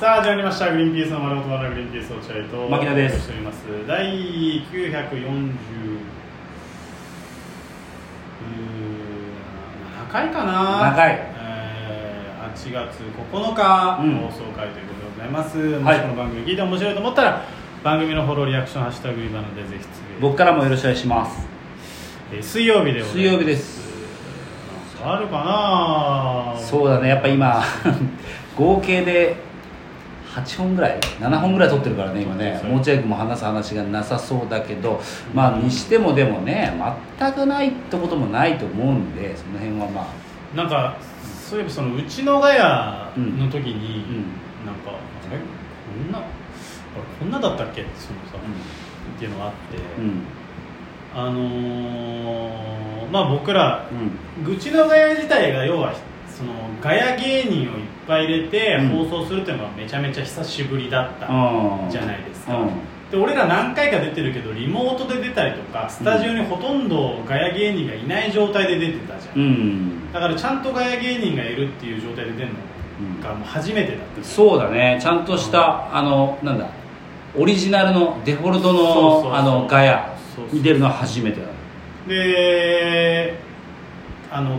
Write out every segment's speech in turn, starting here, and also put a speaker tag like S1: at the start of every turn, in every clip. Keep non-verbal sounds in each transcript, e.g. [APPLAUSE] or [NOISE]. S1: さあ始まりました「グリーンピースの丸ごと丸グリーンピース落合」と
S2: 牧田です
S1: お送りしております第947回かな
S2: 7回
S1: えー8月9日、
S2: うん
S1: 放送回ということでございますも
S2: はい
S1: しこの番組聞いて面白いと思ったら番組のフォローリアクション「ハッシュタグリバナ」でぜひつぶやい
S2: 僕からもよろしくお願いします
S1: て、えー水曜日でございます
S2: 水曜日です
S1: なんかあるかな
S2: そうだねやっぱ今 [LAUGHS] 合計で8本ぐらい7本ぐらい取ってるからね今ね
S1: そう
S2: もうちょいも話す話がなさそうだけどまあにしてもでもね全くないってこともないと思うんでその辺はまあ
S1: なんかそういえばそのうちのガヤの時に、
S2: うん
S1: なんかあれこんなあれこんなだったっけってそのさ、っていうのがあって、
S2: うん
S1: あのーまあ僕ら
S2: うん
S1: うちのガヤ自体が要はそのガヤ芸人をいっぱい入れて
S2: うん
S1: 放送するっていうのがめちゃめちゃ久しぶりだった、
S2: うん
S1: じゃないですか
S2: うん
S1: で俺ら何回か出てるけどリモートで出たりとかスタジオにほとんどガヤ芸人がいない状態で出てたじゃん、
S2: うん
S1: だからちゃんとガヤ芸人がいるっていう状態で出るのがもう初めてだった、
S2: そうだねちゃんとしたあのなんだオリジナルのデフォルト
S1: そうそうそう
S2: のあのガヤ
S1: そうそう
S2: に出るのは初めてだ
S1: であの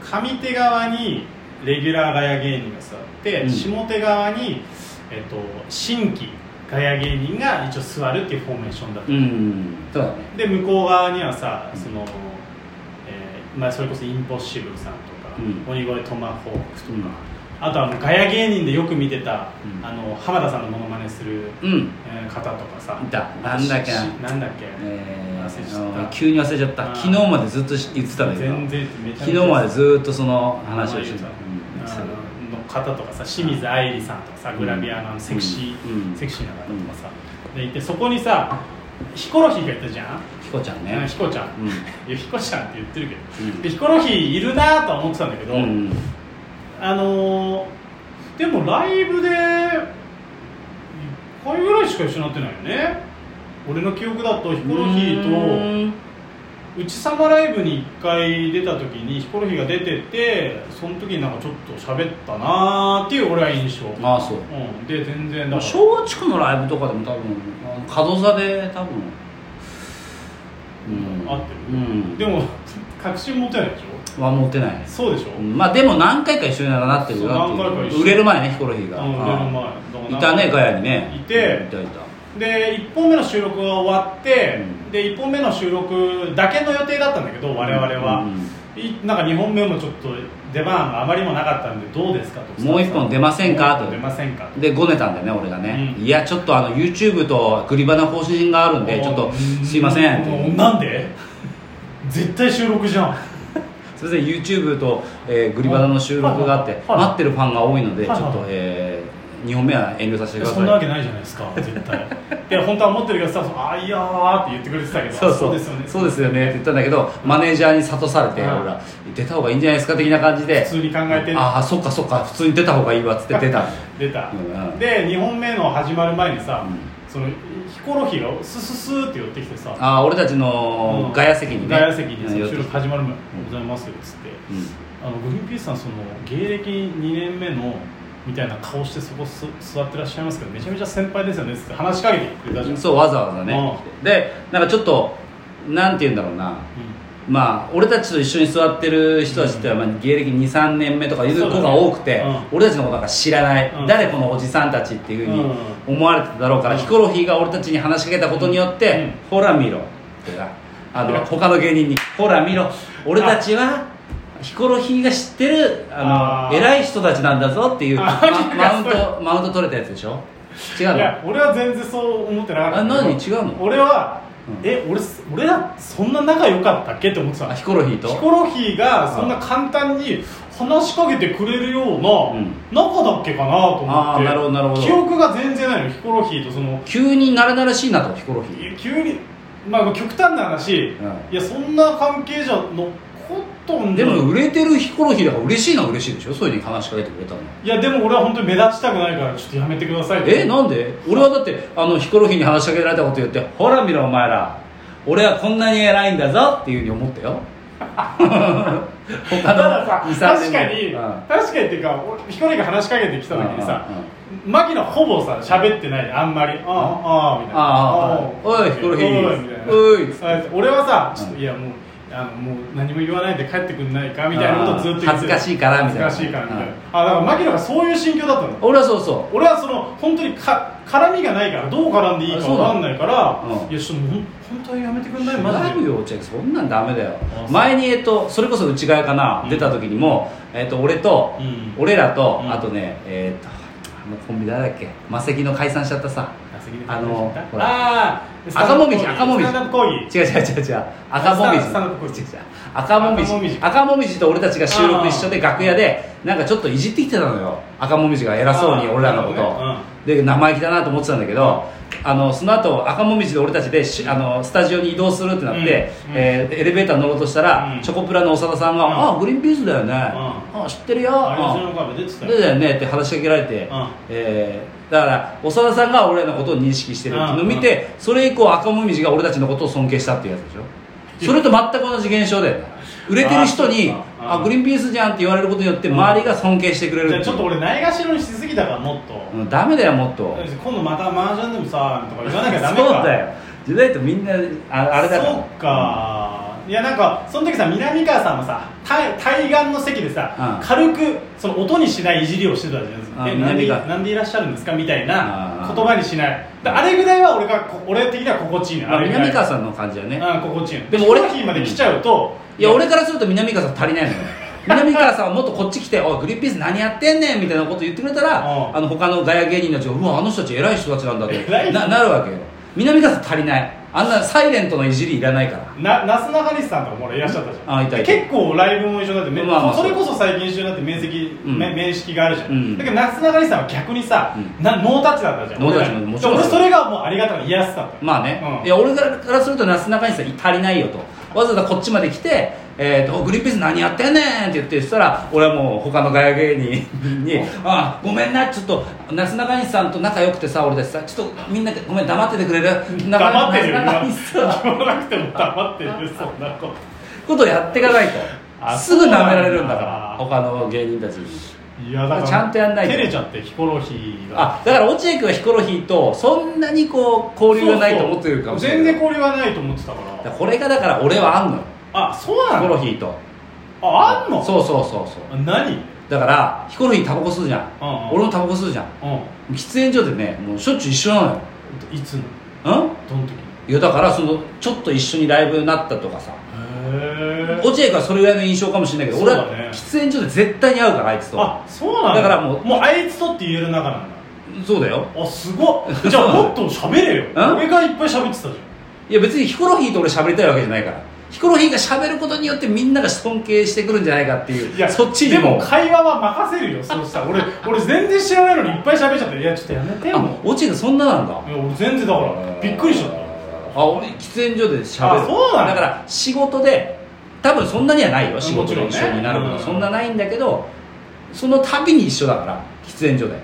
S1: 上手側にレギュラーガヤ芸人が座って、
S2: うん
S1: 下手側に、えっと、新規ガヤ芸人が一応座るっていうフォーメーションだった、
S2: うんそうだね
S1: で向こう側にはさ
S2: うん
S1: その、えーまあ、それこそインポッシブルさんとか、
S2: うん
S1: 鬼越トマホークとか、
S2: うん
S1: あとはもうガヤ芸人でよく見てた、
S2: うん
S1: あの浜田さんのモノマネする、
S2: うん
S1: えー方とかさ
S2: いたなんだっけな
S1: しなんだっけ、
S2: え
S1: 忘れちゃっ
S2: ー
S1: た
S2: あの急に忘れちゃった
S1: あー
S2: 昨日までずっと言ってたんだけど
S1: 全然めちゃ
S2: 昨
S1: め
S2: 日
S1: ちゃ
S2: までずっとその話をしてた、
S1: あ
S2: うんしてた
S1: の方とかさ清水愛理さんとかさグラビアのあのセクシー、
S2: うん
S1: セクシーな方とかさ、でいてそこにさヒコロヒーがいたじゃん、
S2: ひこちゃん
S1: うん
S2: ね
S1: ヒコちゃん、
S2: うん
S1: いやヒコちゃんって言ってるけど、
S2: うん
S1: でヒコロヒーいるなとは思ってたんだけど、
S2: うん
S1: あのーでもライブで1回ぐらいしか一緒になってないよね俺の記憶だとヒコロヒーとうちさまライブに1回出た時にヒコロヒーが出ててその時になんかちょっと喋ったなーっていう俺は印象、う、
S2: ああそうん
S1: で全然だ
S2: まあ
S1: から
S2: 松竹のライブとかでも多分あの門座で多分うん
S1: 合ってる
S2: うん
S1: でも [LAUGHS] 確信持てないでし
S2: は持ってない
S1: ょそうでしょ、
S2: うんまあでも何回か一緒になってるよなってい
S1: そう何
S2: う
S1: 回か一緒
S2: 売れる前ねヒコロヒーが
S1: うん売れる前
S2: うんいたねガヤにね
S1: いて
S2: いたいた
S1: で1本目の収録が終わって、
S2: うん
S1: で1本目の収録だけの予定だったんだけど我々は、いなんか2本目もちょっと出番があまりもなかったんでどうですかと
S2: もう一本出ませんかと
S1: もう一本出ませんかと
S2: でごねたんだよね俺がね、
S1: うん
S2: いやちょっとあの YouTube とグリバナ方針があるんでちょっとすいませんって
S1: もうなんで絶対収録じゃん
S2: すいません YouTube と、えーグリバナの収録があって
S1: はいはい
S2: 待ってるファンが多いのでちょ
S1: は
S2: っ
S1: いはい
S2: と、え2本目は遠慮させてくだ
S1: そんなわ
S2: さい
S1: けないじゃないですか絶対で本当は思ってるけどさ「あいやー」って言ってくれてたけど
S2: そうそう
S1: ですよね
S2: そうですよねって言ったんだけどマネージャーに諭されて、
S1: うん
S2: 俺ら出た方がいいんじゃないですか的な感じで
S1: 普通に考えて
S2: ああそっかそっか普通に出た方がいいわっつって出た
S1: [LAUGHS]
S2: の
S1: 出た、
S2: うんうん
S1: で2本目の始まる前にさ、
S2: うん
S1: そのヒコロヒーがスススーって寄ってきてさ
S2: ああ俺たちのガヤ席にね
S1: ガヤ席に
S2: う
S1: さ
S2: ん寄っ
S1: 収
S2: て
S1: 録
S2: きて
S1: 始まる前「ございますよ」っつって、
S2: うん
S1: あのグリーンピースさんその芸歴2年目のみたいな顔してそこす座ってらっしゃいますけどめちゃめちゃ先輩ですよねっつって話しかけてくれたじゃん、
S2: そうわざわざね、でなんかちょっとなんて言うんだろうな
S1: う
S2: まあ俺たちと一緒に座ってる人たちってまあ芸歴23年目とかいう子が多くて、
S1: そうだね
S2: 俺たちのことなんか知らない、
S1: うん
S2: 誰このおじさんたちっていうふうに思われてただろうから、
S1: うん
S2: ヒコロヒーが俺たちに話しかけたことによって、
S1: うん
S2: ほら見ろってなあの他の芸人にほら見ろ俺たちはヒコロヒーが知ってるあ
S1: あ
S2: の
S1: ー
S2: 偉い人たちなんだぞっていう、ま
S1: あー、
S2: マウントマウント取れたやつでしょ違うん
S1: い
S2: の
S1: や俺は全然そう思ってなかった
S2: あ何違うの
S1: 俺は、
S2: うん
S1: え俺す俺らそんな仲良かったっけって思ってた
S2: あ
S1: の
S2: ヒコロヒーと
S1: ヒコロヒーがそんな簡単に話しかけてくれるような
S2: うん
S1: 仲だっけかなと思って
S2: あーなるほどなるほど
S1: 記憶が全然ないのヒコロヒーとその
S2: 急に慣れ慣れしいなとヒコロヒー
S1: 急にまあ極端な話、
S2: うん
S1: いやそんな関係じゃ残ったん
S2: で
S1: だよ
S2: も売れてるヒコロヒーだから嬉しいのは嬉しいでしょそういうふうに話しかけてくれたの
S1: いやでも俺は本当に目立ちたくないからちょっとやめてくださいって
S2: えなんで俺はだってあのヒコロヒーに
S1: [LAUGHS]
S2: 話しかけられたこと言ってほら見ろお前ら俺はこんなに偉いんだぞっていうふうに思ったよ他 [LAUGHS]
S1: ただ
S2: の
S1: さ
S2: 二三
S1: 確
S2: 年
S1: かに、
S2: うん
S1: 確かにっていうか俺ヒコロヒーが話しかけてきた時にさ
S2: うんうんうん
S1: 牧野ほぼさ喋ってないあんまり「ああああ」みたいな
S2: ああ
S1: あ
S2: おいヒコロヒー
S1: おいみたいな
S2: おいっつって
S1: あ俺はさ「ちょっ
S2: う
S1: といやもうあのもう何も言わないで帰ってくんないか」みたいなことをずっと言ってた
S2: 恥ずかしいからみたいな
S1: 恥ずかしいからみたいな、
S2: うん
S1: あだから牧野がそういう心境だったの
S2: 俺はそうそ
S1: 俺はその本当にか絡みがないからどう絡んでいいか
S2: あそ
S1: 分
S2: うなの
S1: かんないから、
S2: うん
S1: いやちょっともう本当にやめてくんないうマ
S2: ラ
S1: ジ
S2: グ
S1: で
S2: よ落合そんなんダメだよ
S1: あそう
S2: 前にえっとそれこそ内側かな、
S1: うん
S2: 出た時にも、えっと、俺と、
S1: うん
S2: 俺らと、
S1: うん
S2: あとねえっとあのコンビ誰だっけマセキの解散しちゃったさ
S1: あ関根
S2: あの
S1: さん
S2: ほ
S1: あー
S2: 赤もみじ赤もみじ
S1: スタンダップ講義
S2: 違う違う違う違う赤もみ
S1: スタンダップ講
S2: じ
S1: 義
S2: 違う違う赤もみ
S1: 赤もみ
S2: じ
S1: じ
S2: 赤もみじと俺たちが収録一緒で
S1: あー
S2: 楽屋でなんかちょっといじってきてたのよ赤もみじが偉そうに
S1: あー
S2: 俺らのこと
S1: なる
S2: を
S1: ほどね、
S2: で生意気だなと思ってたんだけど、あのその後赤もみじで俺たちでしあのスタジオに移動するってなって、
S1: うん
S2: えーエレベーター乗ろうとしたら、
S1: うん
S2: チョコプラの長田さんが
S1: う
S2: 「
S1: ん
S2: ああグリーンピースだよね、あ知ってるよ」
S1: あれ
S2: うん
S1: 後ろの壁出てたよ
S2: でだよねって話しかけられて、
S1: うん
S2: えーだから長田さんが俺らのことを認識してるっていうのを見て、それ以降赤もみじが俺たちのことを尊敬したっていうやつでしょそれと全く同じ現象で売れてる人に
S1: あ
S2: 「
S1: ー
S2: あグリーンピースじゃん」って言われることによって
S1: うん
S2: 周りが尊敬してくれる
S1: じゃ
S2: てい
S1: あ
S2: う
S1: ちょっと俺ないがしろにしすぎたからもっと、
S2: うんダメだよもっと
S1: 今度また麻雀でもさとか言わなきゃダメか
S2: そうだよ時代とみんなああれだから
S1: そっか、いやなんかその時さ南川さんもさ対対岸の席でさ、
S2: うん
S1: 軽くその音にしないいじりをしてたじゃないです
S2: あ
S1: かえなんで
S2: 南川
S1: なんでいらっしゃるんですかみたいな
S2: あー
S1: 言葉にしないだあれぐらいは俺がこ俺的には心地いいね
S2: まあ
S1: あれぐらい
S2: 南川さんの感じだよね
S1: うん心地いいの
S2: でも俺
S1: ヒコロヒーまで来ちゃうと、
S2: いや俺からすると南川さん足りないのよ [LAUGHS] 南川さんはもっとこっち来て「おいグリーンピース何やってんねん」みたいなこと言ってくれたら
S1: うん
S2: あの他のガヤ芸人たちが「うわあの人たち偉い人たちなんだ」って
S1: 偉い
S2: ななるわけよ南川さん足りないあんなサイレントのいじりいらないから
S1: ななすなかにしさんとかも俺いらっしゃったじゃん
S2: あいたいた
S1: で結構ライブも一緒だって、め
S2: まあまあ
S1: それこそ最近一緒になって面積、
S2: うん
S1: め面識があるじゃん、
S2: うん
S1: だけどなすなかにしさんは逆にさ、
S2: う
S1: なノータッチだったじゃん
S2: ノータッチ
S1: 俺ら
S2: もちろん
S1: で俺それがもうありがたく癒やすだった
S2: まあね、
S1: うん
S2: いや俺からするとなすなかにさん足りないよとわざわざこっちまで来て「えー、とグリーンピース何やってんねん」って言ってそしたら俺はもう他のガヤ芸人に「あごめんなちょっとなすなかにしさんと仲良くてさ俺たちさちょっとみんなごめん黙っててくれる?」
S1: 黙ってるよ
S2: な
S1: 言
S2: すなかにしさん
S1: わなくても黙ってるよそんなこと
S2: ことやっていかない
S1: [LAUGHS] あ
S2: とすぐ舐められるんだか
S1: そうな
S2: ら
S1: んだ
S2: 他の芸人たちに
S1: いやだから
S2: ちゃんとやんないと
S1: 照れちゃってヒコロヒーが
S2: あだから落合君はヒコロヒーとそんなにこう交流がないと思ってるかもしれない
S1: そうそう全然交流がないと思ってたか
S2: だから
S1: ら
S2: これがだから俺はあんのよ
S1: あそう
S2: ヒ
S1: な
S2: コロ
S1: の
S2: ヒーと
S1: ああんの
S2: そうそうそうそう
S1: あ何うん
S2: だからヒコロヒータバコ吸うじゃん、
S1: うんうん
S2: 俺もタバコ吸うじゃん喫煙所でねもうしょっちゅう一緒なのよ
S1: いつの
S2: う
S1: どの時へ
S2: んいやだからそのちょっと一緒にライブになったとかさ
S1: え
S2: 落合君はそれぐらいの印象かもしれないけど、
S1: そう
S2: 俺
S1: だね
S2: は喫煙所で絶対に会うからあいつと
S1: あそうなん
S2: だからもう
S1: もうあいつとって言える仲なんだ
S2: そうだよ
S1: あすご
S2: [LAUGHS]
S1: っじゃあもっと喋れよ
S2: うん
S1: 俺がいっぱい喋ってたじゃん
S2: いや別にヒコロヒーと俺喋りたいわけじゃないからヒコロヒーが喋ることによってみんなが尊敬してくるんじゃないかっていう
S1: いや
S2: そっちに
S1: でも会話は任せるよそうしたら俺俺全然知らないのにいっぱい喋っちゃっていやちょっとやめてよもう
S2: あ落合君そんななんだ
S1: いや俺全然だからびっくりしちゃった
S2: あ俺喫煙所で喋る
S1: あそうなの
S2: だから仕事で多分そんなにはないよ
S1: ん
S2: 仕事で
S1: も
S2: 一
S1: ちろんね
S2: 緒になること、
S1: うん
S2: そんなないんだけどその度に一緒だから喫煙所で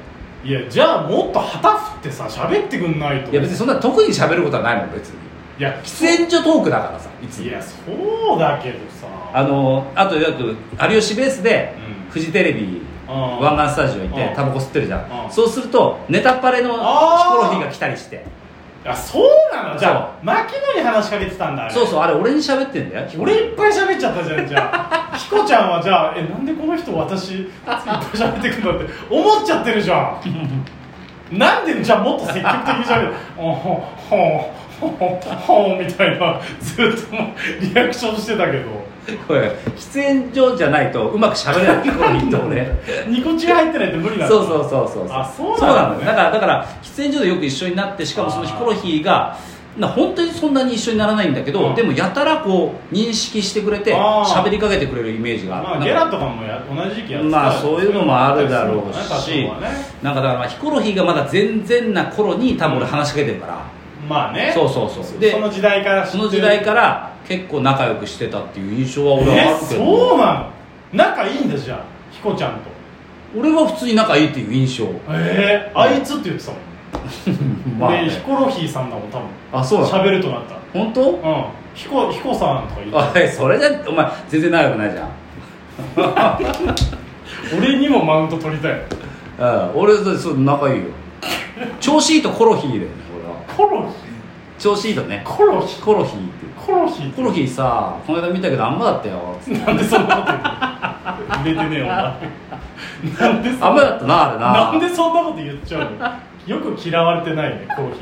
S1: いやじゃあもっと旗振ってさ喋ってくんないと
S2: いや別にそんな特に喋ることはないもん別に
S1: いや
S2: 喫煙所トークだからさいつ
S1: い
S2: も
S1: やそうだけどさ
S2: あのあとよく有吉ベースで
S1: うん
S2: フジテレビ
S1: うん
S2: 湾岸スタジオ行って
S1: うん
S2: タバコ吸ってるじゃ
S1: うんん
S2: そうするとネタパレのヒコロヒーが来たりして
S1: あそうなのじゃあ牧野に話しかけてたんだあれ
S2: そうそうあれ俺に喋ってんだよ
S1: 俺いっぱい喋っちゃったじゃんじゃ
S2: [LAUGHS]
S1: あひこちゃんはじゃあえなんでこの人私いっぱい喋ってくんだって思っちゃってるじゃんなんでじゃあもっと積極的に喋るおほほほほほみたいなずっともうリアクションしてたけど
S2: これ喫煙所じゃないとうまく喋れないヒコロヒーと
S1: [LAUGHS]
S2: 俺
S1: ニコチン入ってないと無理なんだ
S2: そうそうそうそう
S1: あそうなんだね
S2: のよだからだから喫煙所でよく一緒になってしかもそのヒコロヒーがな本当にそんなに一緒にならないんだけど、
S1: うん
S2: でもやたらこう認識してくれて
S1: あー
S2: 喋りかけてくれるイメージが
S1: ま
S2: あ
S1: あ、
S2: る
S1: ゲ
S2: な
S1: ラ
S2: んか
S1: とかもや同じ時期やってた
S2: まあそういうのもあるだろう
S1: そういう
S2: し
S1: のもあったりするのかね多少はね
S2: なんかだからまあヒコロヒーがまだ全然な頃に多分俺話しかけてるから、
S1: まあね
S2: そうそうそう
S1: そ
S2: で
S1: その時代から知って
S2: そ
S1: る
S2: の時代から結構仲良くしてたっていう印象は俺はあ
S1: え
S2: るけど
S1: そうなの仲いいんだじゃあひこちゃんと
S2: 俺は普通に仲いいっていう印
S1: [LAUGHS]
S2: 象
S1: ええあいつって言ってたもん、
S2: まあ、
S1: でヒコロヒーさんだもん多分
S2: あそうなの
S1: 喋るとなった
S2: 本当
S1: うヒコヒコさんとか言って
S2: おいそれじゃお前全然長くないじゃん
S1: 俺にもマウント取りたい
S2: うん、俺だってそう仲いいよ調子いいとコロヒーだよね俺は
S1: コロヒ
S2: 調子いいとね
S1: コロヒ
S2: コロヒーって
S1: コロヒ
S2: コロヒーさこの間見たけどあんまだったよつって
S1: なんでそんなこと言うの売れてねえよお前なんでそん
S2: あんまだったなあ
S1: な
S2: れ
S1: ん
S2: な
S1: でそんなこと言っちゃうのよく嫌われてないねコロヒ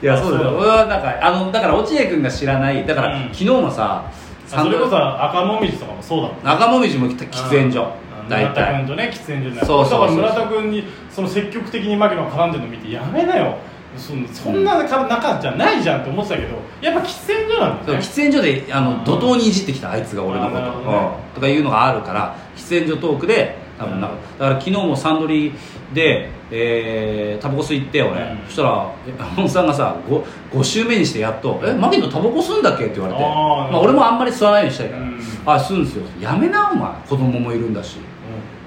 S2: いやそうだよ
S1: そうだ
S2: 俺はなんかあのだから落合君が知らないだから、
S1: うん
S2: 昨日もさ
S1: あそれこそ赤もみじとかもそうだもん
S2: 中もみじも喫煙所
S1: あの
S2: 大
S1: 村田君
S2: 体
S1: とね喫煙所で
S2: そうそうそう
S1: だから村田君にその積極的に牧野が絡んでるの見てやめなよそんそんな仲じゃないじゃんって思ってたけどやっぱ喫煙所なんだ
S2: そう
S1: よね
S2: 喫煙所であ
S1: う
S2: の
S1: ん
S2: 怒涛にいじってきたあいつが俺のこと、
S1: あなるほどね
S2: うんとかいうのがあるから喫煙所トークで多分なんかだから昨日もサンドリーで、えー、タバコ吸いって俺、
S1: うん
S2: そしたらえ山本さんがさ 5, 5周目にしてやっと「えマキのタバコ吸うんだっけ?」って言われて
S1: あー
S2: まあ、俺もあんまり吸わないようにしたいから「
S1: うん
S2: あ吸うんですよ」やめなお前子供もいるんだし」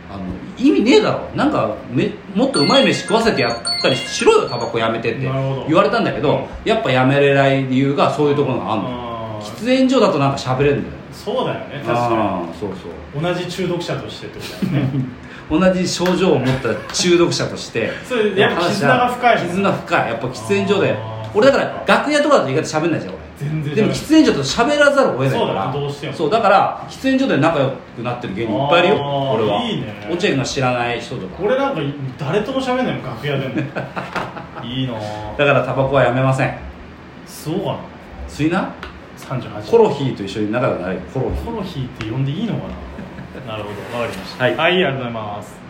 S2: あの意味ねえだろなんかめもっとうまい飯食わせてやったりしろよタバコやめてって
S1: なるほど
S2: 言われたんだけどやっぱやめれない理由がそういうところがあんの
S1: あー
S2: 喫煙所だとなんか喋れるんだよ
S1: そうだよね確か
S2: ああーそうそう
S1: に同じ中毒者としてってことだよ
S2: [LAUGHS]
S1: ね
S2: 同じ症状を持った中毒者として
S1: [LAUGHS] それやっぱ絆が深いもん
S2: 絆深いやっぱ喫煙所で
S1: あー
S2: 俺だから楽屋とかだと意外と喋んないじゃん俺
S1: 全然
S2: でも喫煙所だと喋らざるを得ない
S1: そう
S2: か
S1: だ
S2: ら
S1: ねどうしても
S2: そうだから喫煙所で仲良くなってる芸人いっぱいいるよ
S1: あー
S2: 俺はい
S1: いね
S2: 落合君が知らない人とか
S1: 俺なんか誰とも喋んないもん楽屋で
S2: [LAUGHS]
S1: もいいなぁ
S2: だからタバコはやめません
S1: そうかな
S2: 吸いな
S1: 38
S2: コロヒーと一緒に仲良くなるよコロヒー
S1: コロヒーって呼んでいいのかななるほどわかりました
S2: はい
S1: はい、ありがとうございます